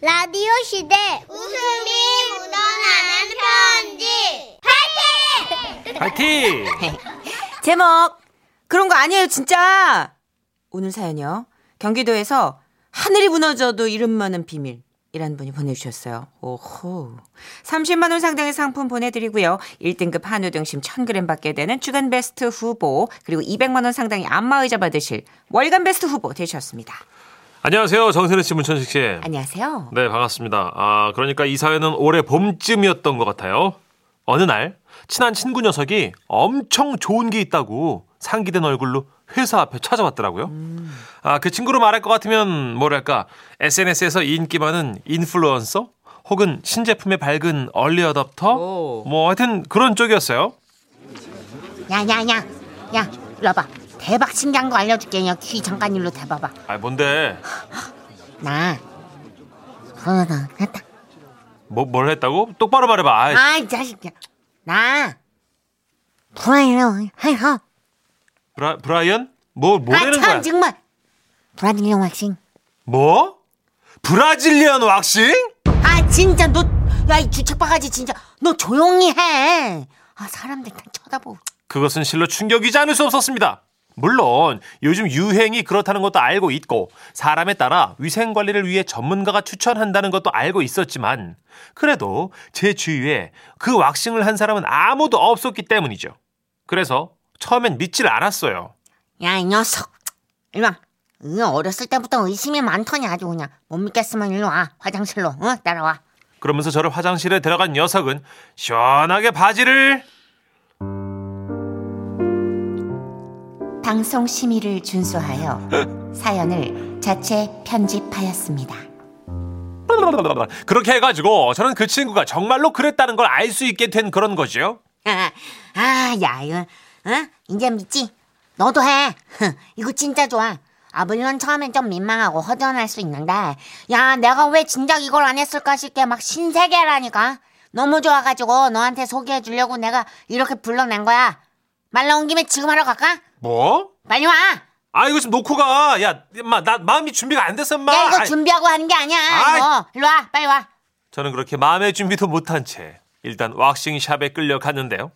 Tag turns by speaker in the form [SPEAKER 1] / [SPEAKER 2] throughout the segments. [SPEAKER 1] 라디오 시대 웃음이 묻어나는 편지
[SPEAKER 2] 파이팅!
[SPEAKER 3] 제목 그런 거 아니에요 진짜 오늘 사연이요 경기도에서 하늘이 무너져도 이름만은 비밀이라는 분이 보내주셨어요 오호 30만 원 상당의 상품 보내드리고요 1등급 한우 등심 1000g 받게 되는 주간 베스트 후보 그리고 200만 원 상당의 안마의자 받으실 월간 베스트 후보 되셨습니다
[SPEAKER 2] 안녕하세요. 정선혜 씨, 문천식 씨.
[SPEAKER 3] 안녕하세요
[SPEAKER 2] 네, 반갑습니다. 아, 그러니까 이 사연은 올해 봄쯤이었던 것 같아요. 어느 날, 친한 친구 녀석이 엄청 좋은 게 있다고 상기된 얼굴로 회사 앞에 찾아왔더라고요. 아, 그 친구로 말할 것 같으면 뭐랄까, SNS에서 인기 많은 인플루언서? 혹은 신제품의 밝은 얼리 어답터?
[SPEAKER 3] 오.
[SPEAKER 2] 뭐 하여튼 그런 쪽이었어요.
[SPEAKER 4] 야야야 야 이리 와봐 대박 신기한 거 알려줄게 야, 귀 잠깐 일로 대봐봐
[SPEAKER 2] 아, 뭔데?
[SPEAKER 4] 나 어, 코로나 했다
[SPEAKER 2] 뭐, 뭘 했다고? 똑바로 말해봐. 아이,
[SPEAKER 4] 아이 자식이야 나 브라질령 해서
[SPEAKER 2] 브라, 브라이언? 뭐, 뭐라는 뭐 거야?
[SPEAKER 4] 아참 정말 브라질령 왁싱
[SPEAKER 2] 뭐? 브라질리언 왁싱?
[SPEAKER 4] 아 진짜 너 야 이 주책바가지 진짜 너 조용히 해 아 사람들 다 쳐다보고
[SPEAKER 2] 그것은 실로 충격이지 않을 수 없었습니다. 물론 요즘 유행이 그렇다는 것도 알고 있고 사람에 따라 위생 관리를 위해 전문가가 추천한다는 것도 알고 있었지만 그래도 제 주위에 그 왁싱을 한 사람은 아무도 없었기 때문이죠. 그래서 처음엔 믿질 않았어요.
[SPEAKER 4] 야 이 녀석 일로 와 으, 어렸을 때부터 의심이 많더니 아주 그냥 못 믿겠으면 일로 와 화장실로 응 따라와
[SPEAKER 2] 그러면서 저를 화장실에 데려간 녀석은 시원하게 바지를
[SPEAKER 3] 방송 심의를 준수하여 사연을 자체 편집하였습니다
[SPEAKER 2] 그렇게 해가지고 저는 그 친구가 정말로 그랬다는 걸 알 수 있게 된 그런 거죠.
[SPEAKER 4] 아, 아, 야, 이거, 어? 이제 믿지? 너도 해. 이거 진짜 좋아. 아, 물론 처음엔 좀 민망하고 허전할 수 있는데, 야, 내가 왜 진작 이걸 안 했을까 싶게 막 신세계라니까. 너무 좋아가지고 너한테 소개해 주려고 내가 이렇게 불러낸 거야. 말 나온 김에 지금 하러 갈까?
[SPEAKER 2] 뭐?
[SPEAKER 4] 빨리 와! 야,
[SPEAKER 2] 아 이거 지금 놓고 가. 야, 인마, 나 마음이 준비가 안 됐어, 엄마.
[SPEAKER 4] 이거 준비하고 하는 게 아니야.
[SPEAKER 2] 아, 아이.
[SPEAKER 4] 이거. 일로 와, 빨리 와.
[SPEAKER 2] 저는 그렇게 마음의 준비도 못한 채 일단 왁싱 샵에 끌려갔는데요.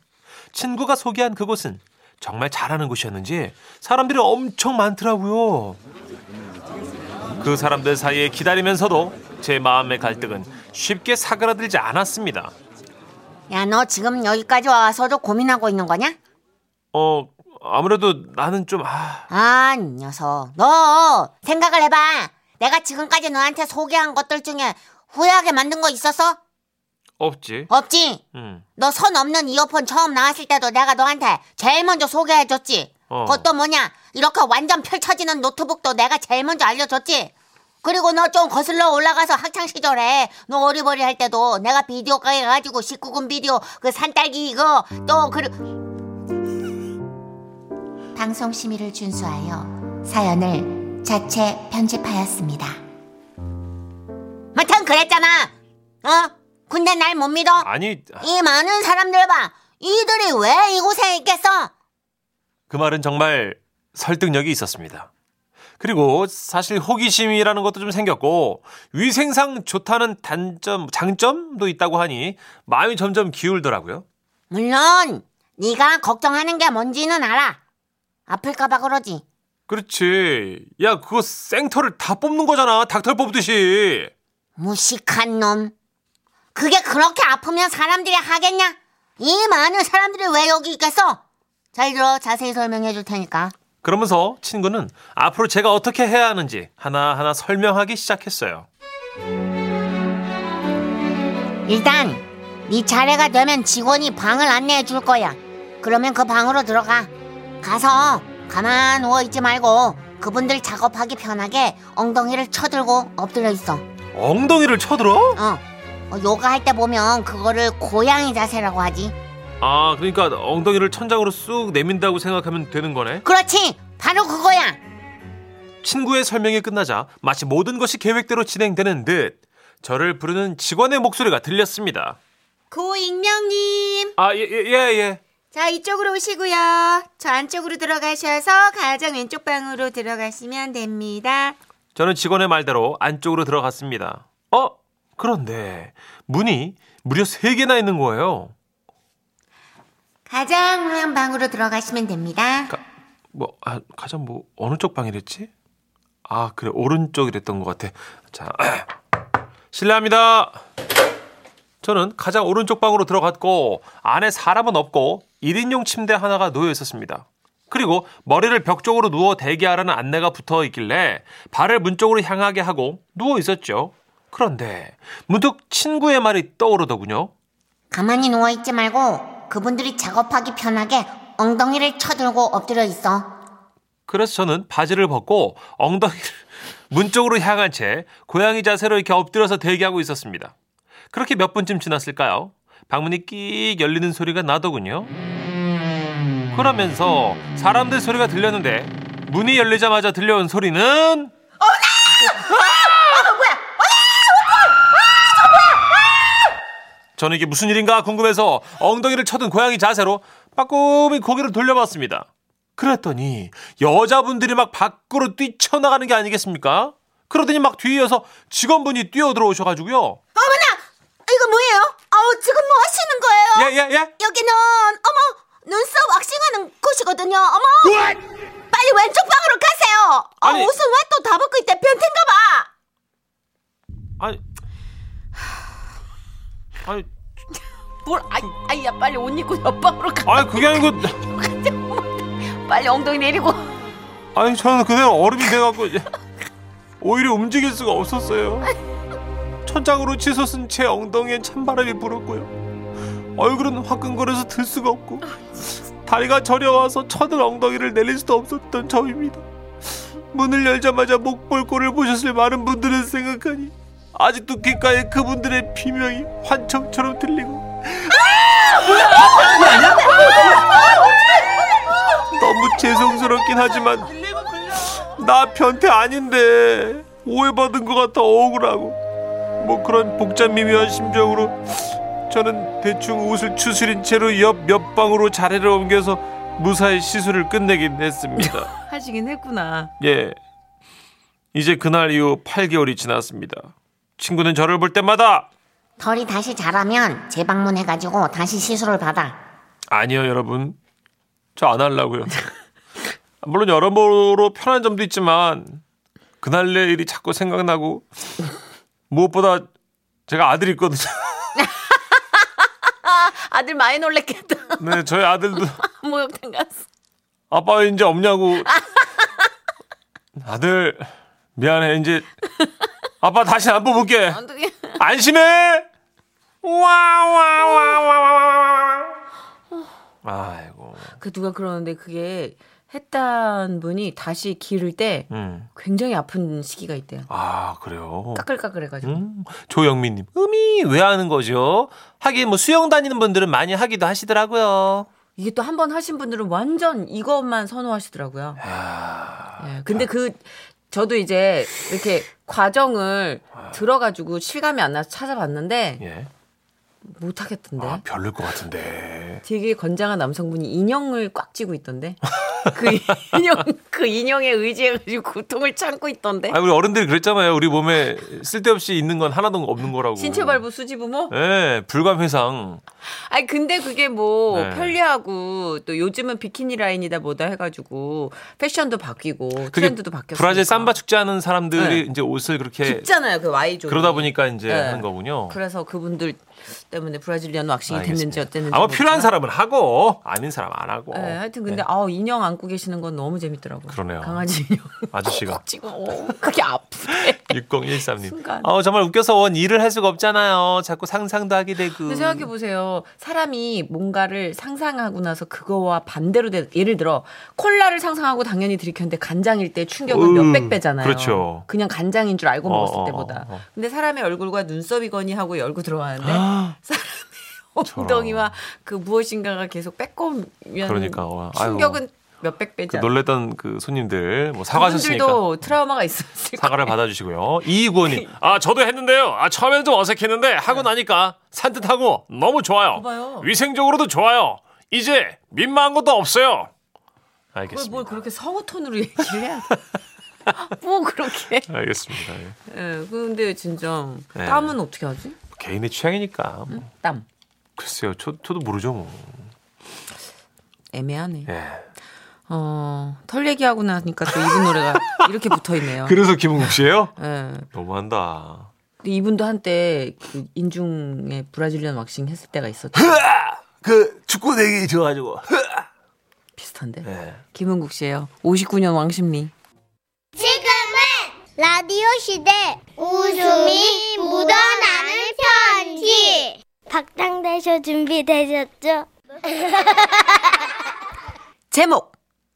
[SPEAKER 2] 친구가 소개한 그곳은 정말 잘하는 곳이었는지 사람들이 엄청 많더라고요. 그 사람들 사이에 기다리면서도 제 마음의 갈등은 쉽게 사그라들지 않았습니다.
[SPEAKER 4] 야, 너 지금 여기까지 와서도 고민하고 있는 거냐?
[SPEAKER 2] 어, 아무래도 나는 좀 아.
[SPEAKER 4] 아, 이 녀석. 너 생각을 해봐. 내가 지금까지 너한테 소개한 것들 중에 후회하게 만든 거 있었어?
[SPEAKER 2] 없지.
[SPEAKER 4] 없지.
[SPEAKER 2] 음.
[SPEAKER 4] 너 선 없는 이어폰 처음 나왔을 때도 내가 너한테 제일 먼저 소개해줬지.
[SPEAKER 2] 어.
[SPEAKER 4] 그것도 뭐냐? 이렇게 완전 펼쳐지는 노트북도 내가 제일 먼저 알려줬지. 그리고 너 좀 거슬러 올라가서 학창 시절에 너 어리버리 할 때도 내가 비디오 가게 가지고 19금 비디오 그 산딸기 이거 또 그리
[SPEAKER 3] 방송 심의를 준수하여 사연을 자체 편집하였습니다.
[SPEAKER 4] 마탄 그랬잖아. 어? 근데 날 못 믿어?
[SPEAKER 2] 아니
[SPEAKER 4] 이 많은 사람들 봐. 이들이 왜 이 고생에 있겠어?
[SPEAKER 2] 그 말은 정말 설득력이 있었습니다. 그리고 사실 호기심이라는 것도 좀 생겼고 위생상 좋다는 단점 장점도 있다고 하니 마음이 점점 기울더라고요.
[SPEAKER 4] 물론 네가 걱정하는 게 뭔지는 알아. 아플까 봐 그러지.
[SPEAKER 2] 그렇지. 야 그거 생터를 다 뽑는 거잖아. 닭털 뽑듯이.
[SPEAKER 4] 무식한 놈. 그게 그렇게 아프면 사람들이 하겠냐? 이 많은 사람들이 왜 여기 있겠어? 잘 들어 자세히 설명해 줄 테니까.
[SPEAKER 2] 그러면서 친구는 앞으로 제가 어떻게 해야 하는지 하나하나 설명하기 시작했어요.
[SPEAKER 4] 일단 네 차례가 되면 직원이 방을 안내해 줄 거야. 그러면 그 방으로 들어가. 가서 가만 누워 있지 말고 그분들 작업하기 편하게 엉덩이를 쳐들고 엎드려 있어.
[SPEAKER 2] 엉덩이를 쳐들어?
[SPEAKER 4] 어. 어, 요가 할 때 보면 그거를 고양이 자세라고 하지.
[SPEAKER 2] 아 그러니까 엉덩이를 천장으로 쑥 내민다고 생각하면 되는 거네.
[SPEAKER 4] 그렇지. 바로 그거야.
[SPEAKER 2] 친구의 설명이 끝나자 마치 모든 것이 계획대로 진행되는 듯 저를 부르는 직원의 목소리가 들렸습니다.
[SPEAKER 5] 고익명님,
[SPEAKER 2] 아, 예, 예, 예. 예.
[SPEAKER 5] 자 이쪽으로 오시고요. 저 안쪽으로 들어가셔서 가장 왼쪽 방으로 들어가시면 됩니다.
[SPEAKER 2] 저는 직원의 말대로 안쪽으로 들어갔습니다. 어? 그런데 문이 무려 세개나 있는 거예요.
[SPEAKER 5] 가장 우한 방으로 들어가시면 됩니다.
[SPEAKER 2] 가, 뭐, 아, 가장 뭐, 어느 쪽 방이랬지? 아, 그래, 오른쪽이랬던 것 같아. 자, 실례합니다. 저는 가장 오른쪽 방으로 들어갔고, 안에 사람은 없고, 1인용 침대 하나가 놓여 있었습니다. 그리고 머리를 벽 쪽으로 누워 대기하라는 안내가 붙어 있길래, 발을 문 쪽으로 향하게 하고, 누워 있었죠. 그런데, 문득 친구의 말이 떠오르더군요.
[SPEAKER 4] 가만히 누워있지 말고 그분들이 작업하기 편하게 엉덩이를 쳐들고 엎드려 있어.
[SPEAKER 2] 그래서 저는 바지를 벗고 엉덩이를 문 쪽으로 향한 채 고양이 자세로 이렇게 엎드려서 대기하고 있었습니다. 그렇게 몇 분쯤 지났을까요? 방문이 끼익 열리는 소리가 나더군요. 그러면서 사람들 소리가 들렸는데 문이 열리자마자 들려온 소리는 저는 이게 무슨 일인가 궁금해서 엉덩이를 쳐든 고양이 자세로 빠꼼히 고개를 돌려봤습니다. 그랬더니 여자분들이 막 밖으로 뛰쳐나가는 게 아니겠습니까? 그러더니 막 뒤이어서 직원분이 뛰어 들어오셔가지고요.
[SPEAKER 5] 이거 뭐예요? 아우 지금 뭐 하시는 거예요?
[SPEAKER 2] 예, 예, 예.
[SPEAKER 5] 여기는 어머 눈썹 왁싱하는 곳이거든요. 어머 빨리 왼쪽 방으로 가세요. 아,
[SPEAKER 2] 아니.
[SPEAKER 5] 옷은 왜 또 다 벗고 있대? 변태인가 봐.
[SPEAKER 2] 아니, 아니,
[SPEAKER 3] 뭘 아이, 아이야 빨리 옷 입고 옆방으로 가
[SPEAKER 2] 아니 그게 아니고,
[SPEAKER 3] 빨리 엉덩이 내리고
[SPEAKER 2] 아니 저는 그대로 얼음이 돼갖고 이제 오히려 움직일 수가 없었어요. 천장으로 치솟 쓴제 엉덩이엔 찬바람이 불었고요. 얼굴은 화끈거려서 들 수가 없고 다리가 저려와서 쳐들 엉덩이를 내릴 수도 없었던 저입니다. 문을 열자마자 목볼골을 보셨을 많은 분들은 생각하니 아직도 귓가에 그분들의 비명이 환청처럼 들리고 너무 죄송스럽긴 하지만 나 변태 아닌데 오해받은 것 같아 억울하고 뭐 그런 복잡 미묘한 심정으로 저는 대충 옷을 추스린 채로 옆 몇 방으로 자리를 옮겨서 무사히 시술을 끝내긴 했습니다.
[SPEAKER 3] 하시긴 했구나
[SPEAKER 2] 예. 이제 그날 이후 8개월이 지났습니다. 친구는 저를 볼 때마다
[SPEAKER 4] 털이 다시 자라면 재방문해가지고 다시 시술을 받아.
[SPEAKER 2] 아니요, 여러분. 저 안 하려고요. 물론 여러모로 편한 점도 있지만 그날 내 일이 자꾸 생각나고 무엇보다 제가 아들이 있거든요.
[SPEAKER 3] 아들 많이 놀랬겠다
[SPEAKER 2] 네, 저희 아들도
[SPEAKER 3] 목욕탕 갔어
[SPEAKER 2] 아빠 이제 없냐고. 아들 미안해. 이제 아빠 다시 안 뽑을게.
[SPEAKER 3] 어떻게
[SPEAKER 2] 안심해. 와와와와와. 아이고.
[SPEAKER 3] 그 누가 그러는데 그게 했던 분이 다시 기를 때
[SPEAKER 2] 음.
[SPEAKER 3] 굉장히 아픈 시기가 있대요
[SPEAKER 2] 아 그래요.
[SPEAKER 3] 까끌까끌해가지고
[SPEAKER 2] 음, 조영민님 음이 왜 하는 거죠? 하긴 뭐 수영 다니는 분들은 많이 하기도 하시더라고요.
[SPEAKER 3] 이게 또 한 번 하신 분들은 완전 이것만 선호하시더라고요.
[SPEAKER 4] 아.
[SPEAKER 3] 예, 근데 그 저도 이제 이렇게 과정을 들어가지고 실감이 안 나서 찾아봤는데
[SPEAKER 2] 예.
[SPEAKER 3] 못 하겠던데.
[SPEAKER 2] 아 별로일 것 같은데.
[SPEAKER 3] 되게 건장한 남성분이 인형을 꽉 쥐고 있던데. 그 인형 그 인형에 의지해가지고 고통을 참고 있던데.
[SPEAKER 2] 아 우리 어른들이 그랬잖아요. 우리 몸에 쓸데없이 있는 건 하나도 없는 거라고.
[SPEAKER 3] 신체 발부 수지 부모?
[SPEAKER 2] 예, 불감 회상.
[SPEAKER 3] 아니 근데 그게 뭐
[SPEAKER 2] 네.
[SPEAKER 3] 편리하고 또 요즘은 비키니 라인이다 뭐다 해가지고 패션도 바뀌고
[SPEAKER 2] 그게
[SPEAKER 3] 트렌드도 바뀌었어.
[SPEAKER 2] 브라질 삼바 축제 하는 사람들이
[SPEAKER 3] 네.
[SPEAKER 2] 이제 옷을 그렇게
[SPEAKER 3] 깊잖아요 그 Y존.
[SPEAKER 2] 그러다 보니까 이제
[SPEAKER 3] 네.
[SPEAKER 2] 하는 거군요.
[SPEAKER 3] 그래서 그분들 때문에 브라질리안 왁싱이 됐는지
[SPEAKER 2] 알겠습니다.
[SPEAKER 3] 어땠는지
[SPEAKER 2] 아마 필요한
[SPEAKER 3] 모르지만.
[SPEAKER 2] 사람은 하고 아닌 사람 안 하고.
[SPEAKER 3] 네, 하여튼 근데
[SPEAKER 2] 네,
[SPEAKER 3] 아우 인형 안고 계시는 건 너무 재밌더라고요.
[SPEAKER 2] 그러네요.
[SPEAKER 3] 강아지 인형
[SPEAKER 2] 아저씨가
[SPEAKER 3] 지금 어, 그게 아프대.
[SPEAKER 2] 6013님.
[SPEAKER 3] 순간.
[SPEAKER 2] 어 정말 웃겨서 원 일을 할 수가 없잖아요. 자꾸 상상도 하게 되고.
[SPEAKER 3] 근데 생각해 보세요. 사람이 뭔가를 상상하고 나서 그거와 반대로 된 예를 들어 콜라를 상상하고 당연히 들이켰는데 간장일 때 충격은
[SPEAKER 2] 으,
[SPEAKER 3] 몇백
[SPEAKER 2] 음,
[SPEAKER 3] 배잖아요.
[SPEAKER 2] 그렇죠.
[SPEAKER 3] 그냥 간장인 줄 알고
[SPEAKER 2] 어, 어,
[SPEAKER 3] 먹었을 때보다.
[SPEAKER 2] 어, 어.
[SPEAKER 3] 근데 사람의 얼굴과 눈썹이거니 하고 열고 들어가는데
[SPEAKER 2] 아.
[SPEAKER 3] 사람의 엉덩이와 그 무엇인가가 계속 빼꼼면
[SPEAKER 2] 그러니까, 어, 아이고.
[SPEAKER 3] 충격은 몇백 배지.
[SPEAKER 2] 그
[SPEAKER 3] 않아요?
[SPEAKER 2] 놀랬던 그 손님들 뭐 사과하셨으니까
[SPEAKER 3] 그분들도 트라우마가 있었을 거예요.
[SPEAKER 2] 사과를 받아주시고요. 이구원님, 아 저도 했는데요. 아 처음에는 좀 어색했는데 하고 나니까 산뜻하고 너무 좋아요.
[SPEAKER 3] 네. 봐봐요.
[SPEAKER 2] 위생적으로도 좋아요. 이제 민망한 것도 없어요.
[SPEAKER 3] 그걸
[SPEAKER 2] 알겠습니다.
[SPEAKER 3] 뭘 그렇게 성우 톤으로 얘기를 해야 돼. 뭐 그렇게.
[SPEAKER 2] 알겠습니다. 예.
[SPEAKER 3] 예, 근데 진짜
[SPEAKER 2] 예.
[SPEAKER 3] 땀은 어떻게 하지?
[SPEAKER 2] 개인의 취향이니까. 뭐.
[SPEAKER 3] 땀.
[SPEAKER 2] 글쎄요, 저, 저도 모르죠 뭐.
[SPEAKER 3] 애매하네.
[SPEAKER 2] 예.
[SPEAKER 3] 어, 털 얘기하고 나니까 또 이분 노래가 이렇게 붙어 있네요.
[SPEAKER 2] 아. 그래서 김은국 씨예요?
[SPEAKER 3] 예.
[SPEAKER 2] 너무한다.
[SPEAKER 3] 근데 이분도 한때 그 인중에 브라질리언 왁싱 했을 때가 있었죠.
[SPEAKER 2] 그 축구 내기 줘가지고.
[SPEAKER 3] 비슷한데.
[SPEAKER 2] 예.
[SPEAKER 3] 김은국 씨예요. 59년 왕십리.
[SPEAKER 1] 지금은 라디오 시대 웃음이 묻어나는 편지 박장대쇼 준비되셨죠?
[SPEAKER 3] 제목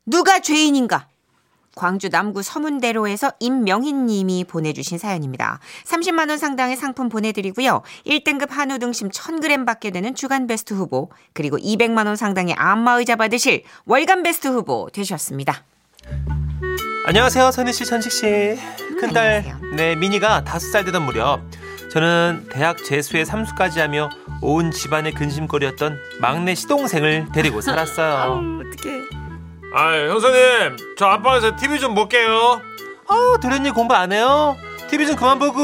[SPEAKER 3] 누가 죄인인가 광주 남구 서문대로에서 임명희 님이 보내주신 사연입니다. 30만 원 상당의 상품 보내드리고요. 1등급 한우 등심 1000g 받게 되는 주간베스트 후보 그리고 200만 원 상당의 안마의자 받으실 월간베스트 후보 되셨습니다.
[SPEAKER 2] 안녕하세요, 선희 씨, 천식 씨. 큰딸
[SPEAKER 3] 음, 안녕하세요.
[SPEAKER 2] 네 미니가 다섯 살 되던 무렵 저는 대학 재수에 삼수까지 하며 온 집안의 근심거리였던 막내 시동생을 데리고 살았어요.
[SPEAKER 3] 어떻게?
[SPEAKER 2] 아, 형수님, 저 아빠에서 TV 좀 볼게요. 아, 도련님 공부 안 해요? TV 좀 그만 보고.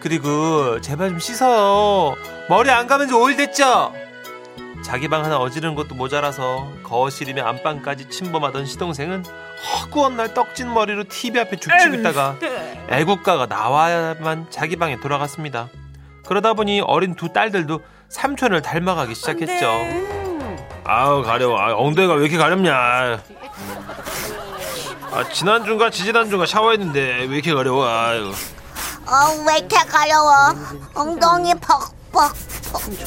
[SPEAKER 2] 그리고 제발 좀 씻어요. 머리 안 감은 지 5일 됐죠? 자기 방 하나 어지른 것도 모자라서 거실이며 안방까지 침범하던 시동생은 허구한 날 떡진 머리로 TV 앞에 죽치고 있다가 애국가가 나와야만 자기 방에 돌아갔습니다. 그러다 보니 어린 두 딸들도 삼촌을 닮아가기 시작했죠. 아우 가려워 아, 엉덩이가 왜 이렇게 가렵냐 아 지난주인가 지지난주인가 샤워했는데 왜 이렇게 가려워 아이고
[SPEAKER 4] 어, 왜 이렇게 가려워? 엉덩이 퍽퍽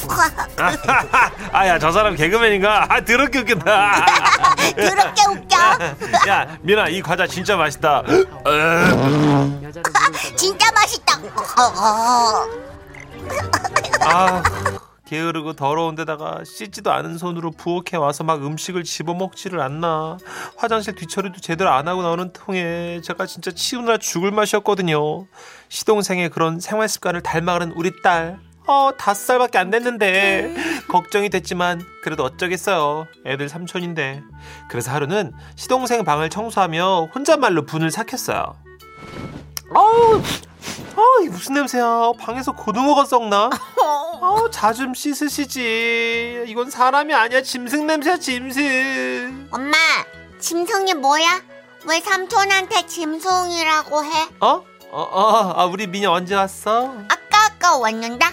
[SPEAKER 4] 퍽.
[SPEAKER 2] 아야 저 사람 개그맨인가 아 더럽게 웃긴다
[SPEAKER 4] 더럽게 웃겨.
[SPEAKER 2] 야 민아 이 과자 진짜 맛있다
[SPEAKER 4] 진짜 맛있다. 어, 어.
[SPEAKER 2] 아 게으르고 더러운 데다가 씻지도 않은 손으로 부엌에 와서 막 음식을 집어먹지를 않나 화장실 뒤처리도 제대로 안 하고 나오는 통에 제가 진짜 치우느라 죽을 맛이었거든요 시동생의 그런 생활 습관을 닮아가는 우리 딸 어, 다섯 살밖에 안 됐는데 걱정이 됐지만 그래도 어쩌겠어요 애들 삼촌인데 그래서 하루는 시동생 방을 청소하며 혼잣말로 분을 삭혔어요 어우 아, 이 무슨 냄새야? 방에서 고등어가 썩나? 어, 자좀 씻으시지. 이건 사람이 아니야. 짐승 냄새야, 짐승.
[SPEAKER 4] 엄마, 짐승이 뭐야? 왜 삼촌한테 짐승이라고 해?
[SPEAKER 2] 어? 어, 어, 아, 우리 미녀 언제 왔어?
[SPEAKER 4] 아까 아까 왔는데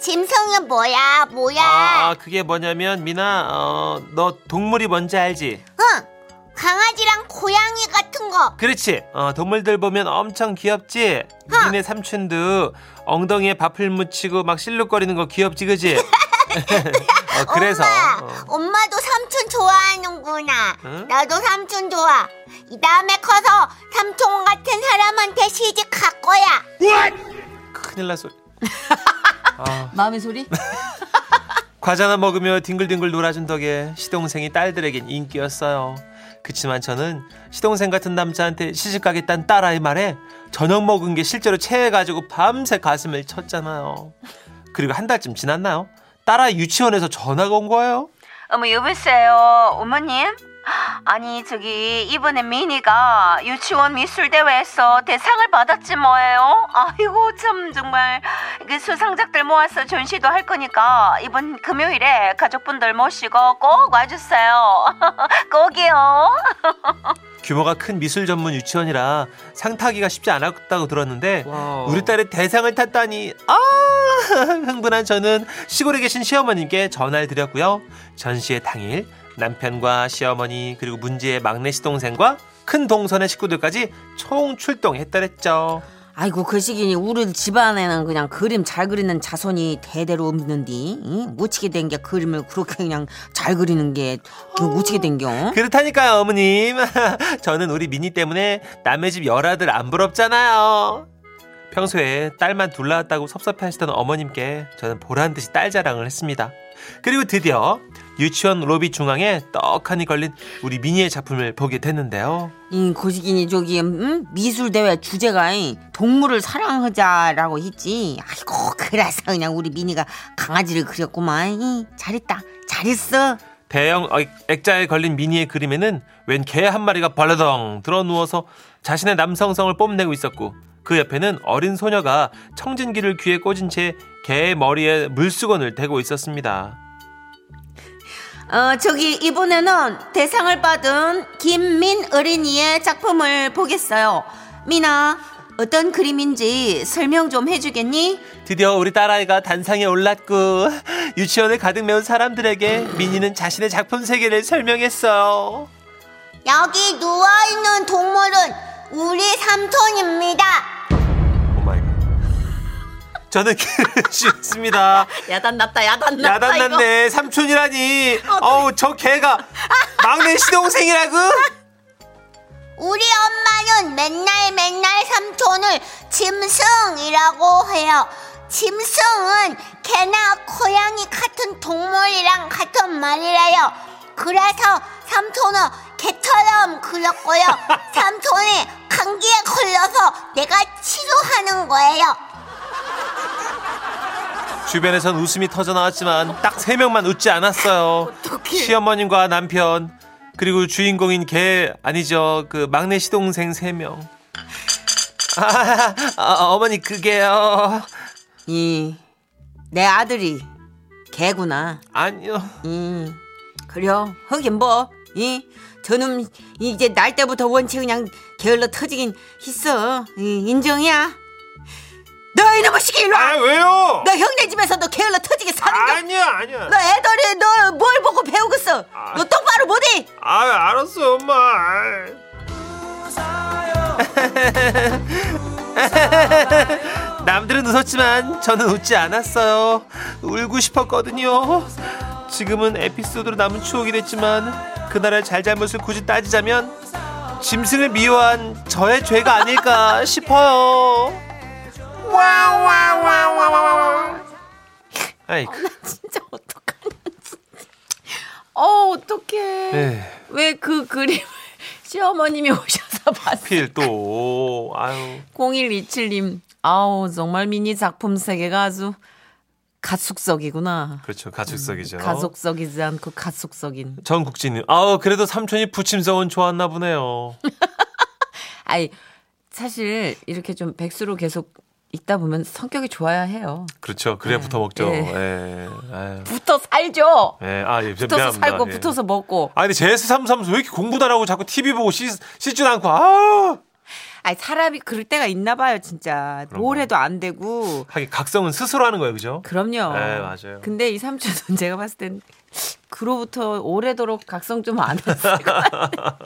[SPEAKER 4] 짐승이 뭐야? 뭐야?
[SPEAKER 2] 아, 아, 그게 뭐냐면, 미나, 어, 너 동물이 뭔지 알지?
[SPEAKER 4] 응, 강아지랑 고양이 같은 거.
[SPEAKER 2] 그렇지. 어, 동물들 보면 엄청 귀엽지? 니네 삼촌도 엉덩이에 밥을 묻히고 막 실룩거리는 거 귀엽지, 그지? 어, 그래서.
[SPEAKER 4] 엄마,
[SPEAKER 2] 어.
[SPEAKER 4] 엄마도 삼촌 좋아하는구나.
[SPEAKER 2] 응?
[SPEAKER 4] 나도 삼촌 좋아. 이 다음에 커서 삼촌 같은 사람한테 시집 갈 거야.
[SPEAKER 2] 큰일 났어. 아.
[SPEAKER 3] 마음의 소리?
[SPEAKER 2] 과자나 먹으며 뒹굴뒹굴 놀아준 덕에 시동생이 딸들에겐 인기였어요. 그치만 저는 시동생 같은 남자한테 시집가겠다는 딸아이 말에 저녁 먹은 게 실제로 체해가지고 밤새 가슴을 쳤잖아요. 그리고 한 달쯤 지났나요? 딸아이 유치원에서 전화가 온 거예요.
[SPEAKER 6] 어머 여보세요 어머님 아니 저기 이번에 미니가 유치원 미술대회에서 대상을 받았지 뭐예요 아이고 참 정말 그 수상작들 모아서 전시도 할 거니까 이번 금요일에 가족분들 모시고 꼭 와주세요 꼭이요
[SPEAKER 2] 규모가 큰 미술 전문 유치원이라 상 타기가 쉽지 않았다고 들었는데
[SPEAKER 3] 와우.
[SPEAKER 2] 우리 딸이 대상을 탔다니 아 흥분한 저는 시골에 계신 시어머님께 전화를 드렸고요 전시회 당일 남편과 시어머니 그리고 문제의 막내 시동생과 큰 동선의 식구들까지 총 출동했더랬죠
[SPEAKER 3] 아이고 그 시기니 우리 집안에는 그냥 그림 잘 그리는 자손이 대대로 없는디 응? 묻히게 된 게 그림을 그렇게 그냥 잘 그리는 게 그 묻히게 된겨
[SPEAKER 2] 그렇다니까요 어머님 저는 우리 미니 때문에 남의 집 열아들 안 부럽잖아요 평소에 딸만 둘 낳았다고 섭섭해하시던 어머님께 저는 보란듯이 딸 자랑을 했습니다 그리고 드디어 유치원 로비 중앙에 떡하니 걸린 우리 미니의 작품을 보게 됐는데요
[SPEAKER 3] 이그 시기니 저기 음? 미술대회 주제가 이 동물을 사랑하자라고 했지 아이고 그래서 그냥 우리 미니가 강아지를 그렸구만 이, 잘했다 잘했어
[SPEAKER 2] 배영 어, 액자에 걸린 미니의 그림에는 웬 개 한 마리가 벌레덩 들어 누워서 자신의 남성성을 뽐내고 있었고 그 옆에는 어린 소녀가 청진기를 귀에 꽂은 채 개의 머리에 물수건을 대고 있었습니다.
[SPEAKER 3] 어, 저기 이번에는 대상을 받은 김민 어린이의 작품을 보겠어요. 미나, 어떤 그림인지 설명 좀 해주겠니?
[SPEAKER 2] 드디어 우리 딸아이가 단상에 올랐고 유치원을 가득 메운 사람들에게 민이는 자신의 작품 세계를 설명했어요.
[SPEAKER 5] 여기 누워있는 동물은 우리 삼촌입니다.
[SPEAKER 2] 오마이갓. 저는 그랬습니다.
[SPEAKER 3] 야단났다, 야단났다.
[SPEAKER 2] 야단났네 삼촌이라니. 어우 저 개가 막내 시동생이라고?
[SPEAKER 5] 우리 엄마는 맨날 맨날 삼촌을 짐승이라고 해요. 짐승은 개나 고양이 같은 동물이랑 같은 말이래요. 그래서 삼촌은 개처럼 굴렸고요. 삼촌이 감기에 걸려서 내가 치료하는 거예요.
[SPEAKER 2] 주변에선 웃음이 터져 나왔지만 딱 세 명만 웃지 않았어요. 시어머님과 남편 그리고 주인공인 개 아니죠 그 막내 시동생 세 명. 아, 아, 어머니 그게요.
[SPEAKER 3] 이, 내 아들이 개구나.
[SPEAKER 2] 아니요.
[SPEAKER 3] 음, 그려. 하긴 뭐, 이, 저놈 이제 날 때부터 원체 그냥 게을러 터지긴 했어. 이, 인정이야. 너 이놈의 시키 일로 와!
[SPEAKER 2] 아, 왜요?
[SPEAKER 3] 너 형네 집에서도 게을러 터지게 사는 거
[SPEAKER 2] 아니야.
[SPEAKER 3] 너 애들이 너 뭘 보고 배우겠어?
[SPEAKER 2] 아.
[SPEAKER 3] 너 똑바로 못해.
[SPEAKER 2] 아 알았어 엄마. 남들은 웃었지만 저는 웃지 않았어요. 울고 싶었거든요. 지금은 에피소드로 남은 추억이 됐지만 그날의 잘잘못을 굳이 따지자면 짐승을 미워한 저의 죄가 아닐까 싶어요. 아이고.
[SPEAKER 3] 진짜 어떡하냐 진짜. 어 어떡해.
[SPEAKER 2] 에휴.
[SPEAKER 3] 왜 그 그림을 시어머님이 오셔서 봤어?
[SPEAKER 2] 하필 또 아유
[SPEAKER 3] 0127님. 아우 정말 미니 작품 세계가 아주 가속적이구나.
[SPEAKER 2] 그렇죠 가축석이죠.
[SPEAKER 3] 가속적이지 않고 가속적인.
[SPEAKER 2] 전국진님 아우 그래도 삼촌이 부침성은 좋았나 보네요.
[SPEAKER 3] 아이 사실 이렇게 좀 백수로 계속 있다 보면 성격이 좋아야 해요.
[SPEAKER 2] 그렇죠 그래 붙어 먹죠.
[SPEAKER 3] 예.
[SPEAKER 2] 예. 아유.
[SPEAKER 3] 붙어 살죠.
[SPEAKER 2] 예. 아 예.
[SPEAKER 3] 붙어서
[SPEAKER 2] 미안합니다.
[SPEAKER 3] 살고
[SPEAKER 2] 예.
[SPEAKER 3] 붙어서 먹고.
[SPEAKER 2] 아 근데 제스 삼삼수 왜 이렇게 공부도 안 하고 자꾸 TV 보고 씻, 씻지도 않고 아
[SPEAKER 3] 아니 사람이 그럴 때가 있나 봐요 진짜
[SPEAKER 2] 그런가요?
[SPEAKER 3] 뭘 해도 안 되고
[SPEAKER 2] 하긴 각성은 스스로 하는 거예요 그죠?
[SPEAKER 3] 그럼요
[SPEAKER 2] 네, 맞아요.
[SPEAKER 3] 근데 이 삼촌은 제가 봤을 땐 그로부터 오래도록 각성 좀 안 했을 것 같아요.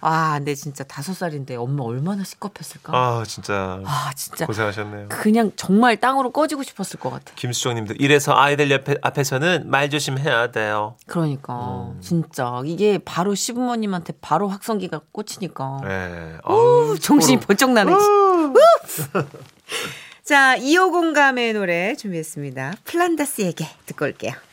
[SPEAKER 3] 아 근데 진짜 다섯 살인데 엄마 얼마나 시겁했을까
[SPEAKER 2] 아 진짜
[SPEAKER 3] 아 진짜
[SPEAKER 2] 고생하셨네요.
[SPEAKER 3] 그냥 정말 땅으로 꺼지고 싶었을 것 같아
[SPEAKER 2] 김수정님도 이래서 아이들 옆에 앞에서는 말 조심해야 돼요.
[SPEAKER 3] 그러니까 진짜 이게 바로 시부모님한테 바로 확성기가 꽂히니까
[SPEAKER 2] 예.
[SPEAKER 3] 우, 정신이 번쩍 나네. 진짜. 우! 자, 250 감의 노래 준비했습니다. 플란다스에게 듣고 올게요.